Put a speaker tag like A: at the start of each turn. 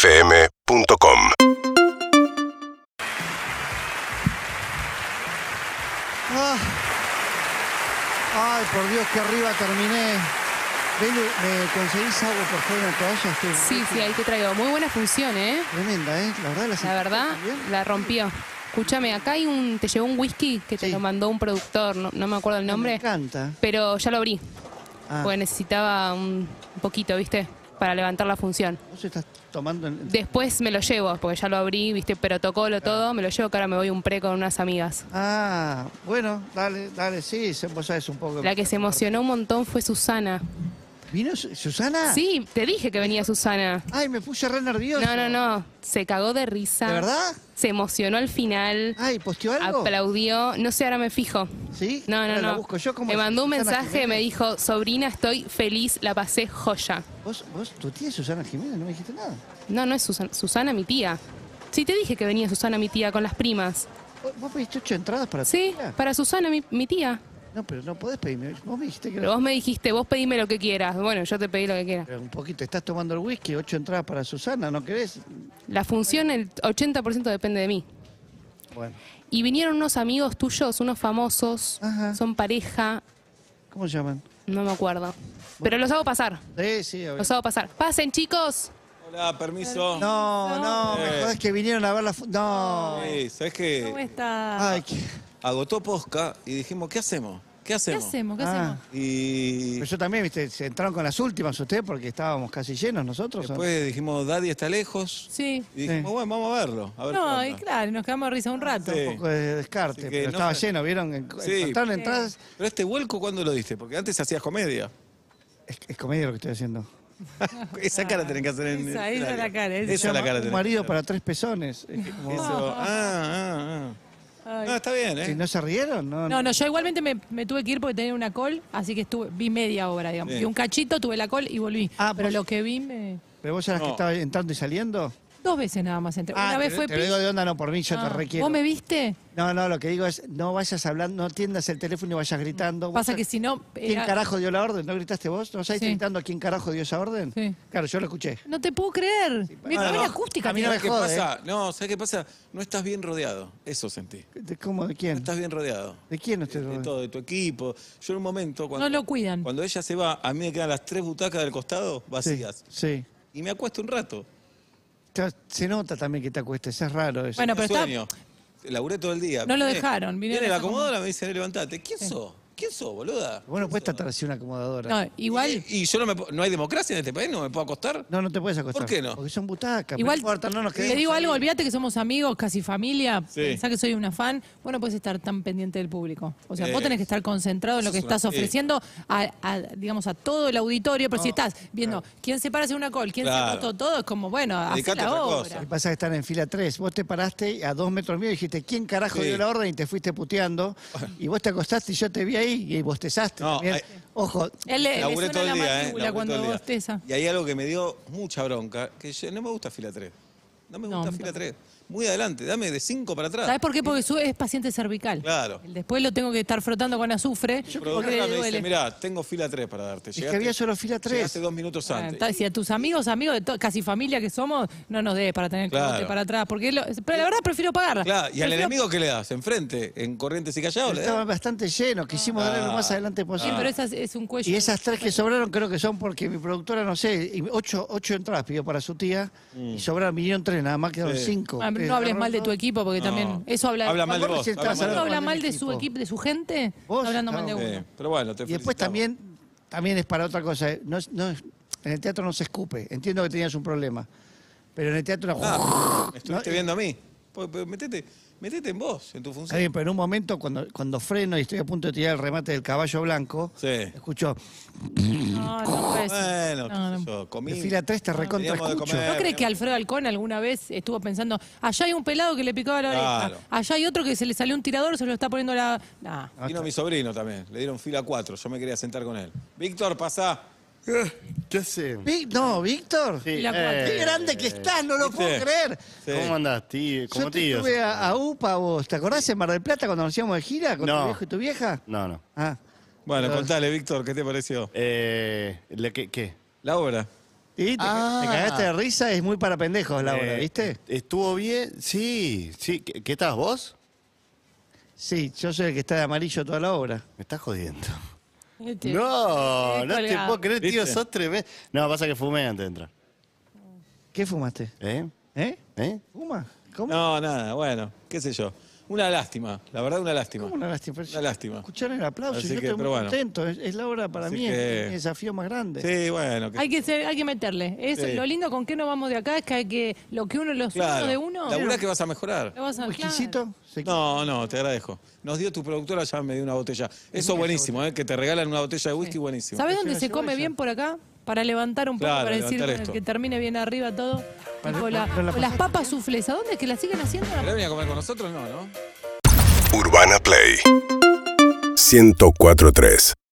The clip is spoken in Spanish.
A: UrbanaPlayFM.com
B: Ah. Ay, por Dios, que arriba terminé. Belu, ¿me conseguís algo por favor una toalla? Estoy-
C: Sí, sí, ahí te traigo. Muy buena función, ¿eh?
B: Tremenda, ¿eh? La verdad la,
C: La
B: sentí
C: verdad,
B: también.
C: la rompió. Escúchame, acá hay un, te llegó un whisky que te
B: Sí. Ah,
C: lo mandó un productor, no, no me acuerdo el
B: Me
C: nombre,
B: encanta.
C: pero ya lo abrí,
B: Ah,
C: porque necesitaba un un poquito, ¿viste? Para levantar la función.
B: vos estás tomando... en-
C: Después me lo llevo, porque ya lo abrí, ¿viste? Protocolo, todo, me lo llevo, que ahora me voy a un pre con unas amigas.
B: Ah, bueno, dale, dale, sí, se- vos sabés un poco.
C: La que se emocionó un montón fue Susana.
B: ¿Vino Su- Susana?
C: Sí, te dije que venía Susana.
B: Ay, me puse re nervioso.
C: No, no, no, se cagó de risa.
B: ¿De verdad?
C: Se emocionó al final.
B: Ay, ¿posteó algo?
C: Aplaudió, no sé, ahora me fijo.
B: ¿Sí?
C: No, no,
B: Ahora la
C: no.
B: busco yo como
C: me mandó un
B: Susana
C: mensaje,
B: Jiménez.
C: me dijo, sobrina, estoy feliz, la pasé joya.
B: ¿Vos, vos, tu tía es Susana Jiménez, no me dijiste nada.
C: No, no es Susana, Susana mi tía. Sí, te dije que venía Susana, mi tía, con las primas.
B: ¿Vos, vos pediste ocho entradas para tu
C: Sí,
B: tía?
C: para Susana, mi, mi tía.
B: No, pero no podés pedirme. Vos me dijiste que
C: Pero
B: no.
C: vos me dijiste, vos pedime lo que quieras. Bueno, yo te pedí lo que quieras.
B: Pero un poquito, estás tomando el whisky, ocho entradas para Susana, ¿no querés?
C: La función, el 80% depende de mí.
B: Bueno,
C: Y vinieron unos amigos tuyos, unos famosos,
B: Ajá.
C: son pareja,
B: ¿cómo se llaman?
C: no me acuerdo. Pero los hago pasar,
B: Sí, sí, a ver.
C: los hago pasar. Pasen, chicos.
D: Hola, permiso.
B: No, no, me
D: Eh.
B: jodés que vinieron a ver la. fu- No.
D: Sí, ¿Sabes
B: Eh,
D: qué?
E: está?
B: Ay, qué-
D: Agotó Posca y dijimos, ¿qué hacemos? ¿Qué
E: ¿Qué
D: hacemos?
E: hacemos? ¿Qué
B: Ah.
E: hacemos?
D: Y
B: Pero Pues yo también, viste, se entraron con las últimas ustedes porque estábamos casi llenos nosotros. ¿o no?
D: después dijimos, Daddy está lejos.
E: Sí.
D: Y dijimos,
B: Sí.
D: bueno, vamos a verlo. A ver qué
E: No,
D: onda.
E: y claro, nos quedamos de risa un rato.
D: Sí.
B: Un poco de descarte,
D: Así que
B: pero
D: no
B: estaba
D: sé.
B: lleno, ¿vieron? En-
D: Sí.
B: Encontraron entradas.
D: Pero este vuelco, ¿cuándo lo diste? Porque antes hacías comedia.
B: Es, es comedia lo que estoy haciendo.
D: Esa cara tenés que hacer en el
E: Esa, esa
D: escenario.
E: la cara, esa.
D: Esa la cara
B: Un
D: tenés
B: marido
D: que hacer.
B: para tres pezones. Es que como-
D: Eso. Ah, ah, ah.
E: Ay.
D: No, está bien,
B: Si
D: ¿eh?
B: no se rieron, no.
E: No, no, yo igualmente me, me tuve que ir porque tenía una call, así que estuve, vi media hora, digamos.
D: Bien.
E: Y un cachito, tuve la call y volví.
B: Ah,
E: pero
B: vos-
E: lo que vi me.
B: ¿Pero vos eras que
D: No.
B: estaba entrando y saliendo?
E: Dos veces nada más entré.
B: Ah,
E: una vez
B: te,
E: fue
B: te
E: Pi-
B: lo digo de onda, no por mí, yo
E: Ah,
B: te requiero.
E: ¿Vos me viste?
B: No, no, lo que digo es, no vayas hablando, no atiendas el teléfono y vayas gritando.
E: Pasa
B: ¿Vos
E: que
B: sabés
E: si no.
B: ¿Quién
E: era-
B: carajo dio la orden? ¿No gritaste vos? ¿No sabés
E: Sí.
B: gritando quién carajo dio esa orden?
E: Sí.
B: Claro, yo lo escuché.
E: No te puedo creer. Me
D: No,
E: cagó
D: no,
E: la acústica,
B: a mí no
E: tío.
B: me
D: ¿Sabés qué
B: jode, ¿eh?
D: pasa? No, ¿sabes qué pasa? No estás bien rodeado. Eso sentí.
B: ¿De cómo? ¿De
D: No
B: quién?
D: estás bien rodeado.
B: ¿De quién no
D: de,
B: estoy
D: de
B: rodeado?
D: todo, de tu equipo. Yo en un momento cuando...
E: No lo cuidan.
D: Cuando ella se va, a mí me quedan las tres butacas del costado
B: Sí,
D: vacías.
B: sí.
D: Y me acuesto un rato.
B: Ya Se nota también que te acuestes, es raro eso.
E: Bueno,
D: Tenía
E: pero está-
D: sueño. Laburé todo el día.
E: No lo
D: Viene-
E: dejaron, vinieron
D: Viene la
E: a-
D: acomodadora, me dice, levantate. ¿Quién sos? ¿Quién sos, boluda?
B: Vos no puedes tratar así una acomodadora.
E: No, igual.
D: Y, y yo no me puedo- ¿No hay democracia en este país? ¿No me puedo acostar?
B: No, no te puedes acostar.
D: ¿Por qué no?
B: Porque son butacas. pero
E: Igual,
B: no importa, no nos
E: te
B: quedemos
E: digo
B: ahí.
E: algo, olvídate que somos amigos, casi familia,
D: Sí.
E: pensá que soy una fan, vos no puedes estar tan pendiente del público. O sea,
D: Eh,
E: vos tenés que estar concentrado en lo
D: eso
E: que
D: es una- eh.
E: estás
D: sí.
E: ofreciendo a, a, digamos, a todo el auditorio, pero si estás viendo quién se para a hacer una call, quién
D: Claro.
E: se agotó todo, es como, bueno, hacé
D: Dedicate a
E: la
D: otra
E: obra.
D: cosa.
B: Lo que pasa es que están en fila 3. Vos te paraste a dos metros mío y dijiste, ¿quién carajo
D: Sí.
B: dio la orden? Y te fuiste puteando. Y vos te acostaste y yo te vi ahí y bostezaste
D: No,
B: también.
D: hay-
B: Ojo,
E: Él le, le
D: Laburé
E: suena
D: todo el
E: la
D: día, ¿eh?
E: mandíbula
D: Laburé
E: cuando
D: todo el día.
E: bosteza.
D: Y hay algo que me dio mucha bronca, que yo- no me gusta fila 3. No me
E: No,
D: gusta
E: a mí
D: fila 3. Muy adelante, dame de 5 para atrás.
E: ¿Sabés por qué? Porque su es paciente cervical.
D: Claro.
E: El Después lo tengo que estar frotando con azufre
D: El
E: porque
D: productor
E: le
D: me dice,
E: duele.
D: mirá, tengo fila 3 para darte.
B: es que había solo fila 3.
D: Llegaste dos minutos
E: Ah,
D: antes.
E: está- Si a tus amigos, amigos de to- casi familia que somos, no nos des para tener que
D: Claro.
E: bote para atrás. Porque lo- pero la verdad prefiero pagarla.
D: Claro, ¿y al
E: Prefiero-
D: enemigo qué le das? ¿Enfrente? ¿En Corrientes y Callao? le das?
B: Estaba bastante lleno, quisimos
D: Ah.
B: darle lo más adelante
E: Sí,
B: posible.
E: pero esa es, es un cuello.
B: Y esas tres que sobraron creo que son porque mi productora, no sé, y ocho, ocho entradas pidió para su tía y sobraron, vinieron tres, nada más quedaron
D: Mm. Sí.
B: cinco. Eh,
E: Ah, no hables mal de tu equipo porque también eso habla,
D: Habla mal de
B: Vos
D: vos.
B: recién
D: habla
B: estabas
D: mal de vos.
E: ¿Uno
D: Eh.
E: habla mal de
B: Equipo.
E: su equipo, de su gente?
B: Vos,
E: hablando mal de
B: no.
E: uno.
D: Sí, pero bueno, te
B: Y después
D: felicitamos.
B: también, también es para otra cosa. eh. No, es- no es- en el teatro no se escupe. Entiendo que tenías un problema. Pero en el teatro era-
D: Ah, me
B: No,
D: estuviste
B: y-
D: viendo a mí. Po- po- Metete, metete en vos, en tu
B: Está
D: función.
B: bien, pero en un momento, cuando, cuando freno y estoy a punto de tirar el remate del caballo blanco,
D: Sí.
B: escucho,
E: No, no puede ser.
D: Bueno,
E: No,
D: qué sé
E: no.
D: yo, comí.
B: de fila 3 te recontra
D: Teníamos de
B: escucho.
D: comer.
E: ¿No crees que Alfredo Alcón alguna vez estuvo pensando, allá hay un pelado que le picaba la oreja,
D: Claro.
E: allá hay otro que se le salió un tirador, se lo está poniendo la... Nah.
D: Vino mi sobrino también, le dieron fila 4, yo me quería sentar con él. Víctor, pasá.
F: ¿Qué hace?
B: Vi- No, Víctor.
F: Sí, eh,
E: la cuarta.
B: Qué grande que estás, no lo
D: ¿viste?
B: puedo creer.
D: Sí.
F: ¿Cómo andás, tío? ¿Cómo
B: Yo te
F: tío?
B: tuve a, a UPA vos. ¿Te acordás en Mar del Plata cuando nos íbamos de gira con tu
F: No.
B: viejo y tu vieja?
F: No, no.
B: Ah.
D: Bueno, contale, Víctor, ¿qué te pareció?
F: Eh, ¿la qué, qué?
D: La obra.
B: Y te,
F: Ah.
B: te cagaste de risa, es muy para pendejos la obra,
F: Eh,
B: ¿viste?
F: ¿Estuvo bien? Sí, sí. ¿Qué, qué estás vos?
B: Sí, yo soy el que está de amarillo toda la obra.
F: Me estás jodiendo.
E: Este,
F: No, no te
E: colgado.
F: puedo creer, tío,
D: ¿Viste?
F: sos tremendo. No, pasa que fumé antes de entrar.
B: ¿Qué fumaste?
F: ¿Eh?
B: ¿Eh?
F: ¿Eh?
B: ¿Fuma? ¿Cómo?
D: No, nada, bueno, qué sé yo. Una lástima, la verdad, una lástima.
B: ¿Cómo una lástima?
D: Una lástima.
B: Escuchar el aplauso,
D: Así
B: yo
D: que,
B: estoy muy
D: pero bueno.
B: contento. Es, es la obra para
D: Así
B: mí, es
D: que-
B: mi desafío más grande.
D: Sí, bueno. que-
E: Hay que, ser- hay que meterle. Es,
D: Sí.
E: Lo lindo con que nos vamos de acá es que hay que lo que uno los
D: claro,
E: de uno.
D: laburá que vas a mejorar.
E: lo vas a-
B: Muy exquisito. se-
D: No, no, te agradezco. Nos dio tu productora, ya me dio una botella. Eso buenísimo, ¿eh? que te regalan una botella de whisky, buenísimo.
E: ¿Sabes
B: Parece
E: dónde
B: una
E: se come
B: cebolla.
E: bien por acá? Para levantar un poco,
D: Claro,
E: para decir
D: levantar esto.
E: que termine bien arriba todo.
B: Para-
E: Tipo la-
B: para la
E: o las papas sufles, ¿a dónde es que las siguen haciendo?
D: ¿Querés venir a comer con nosotros? No, ¿no?
A: Urbana Play 1043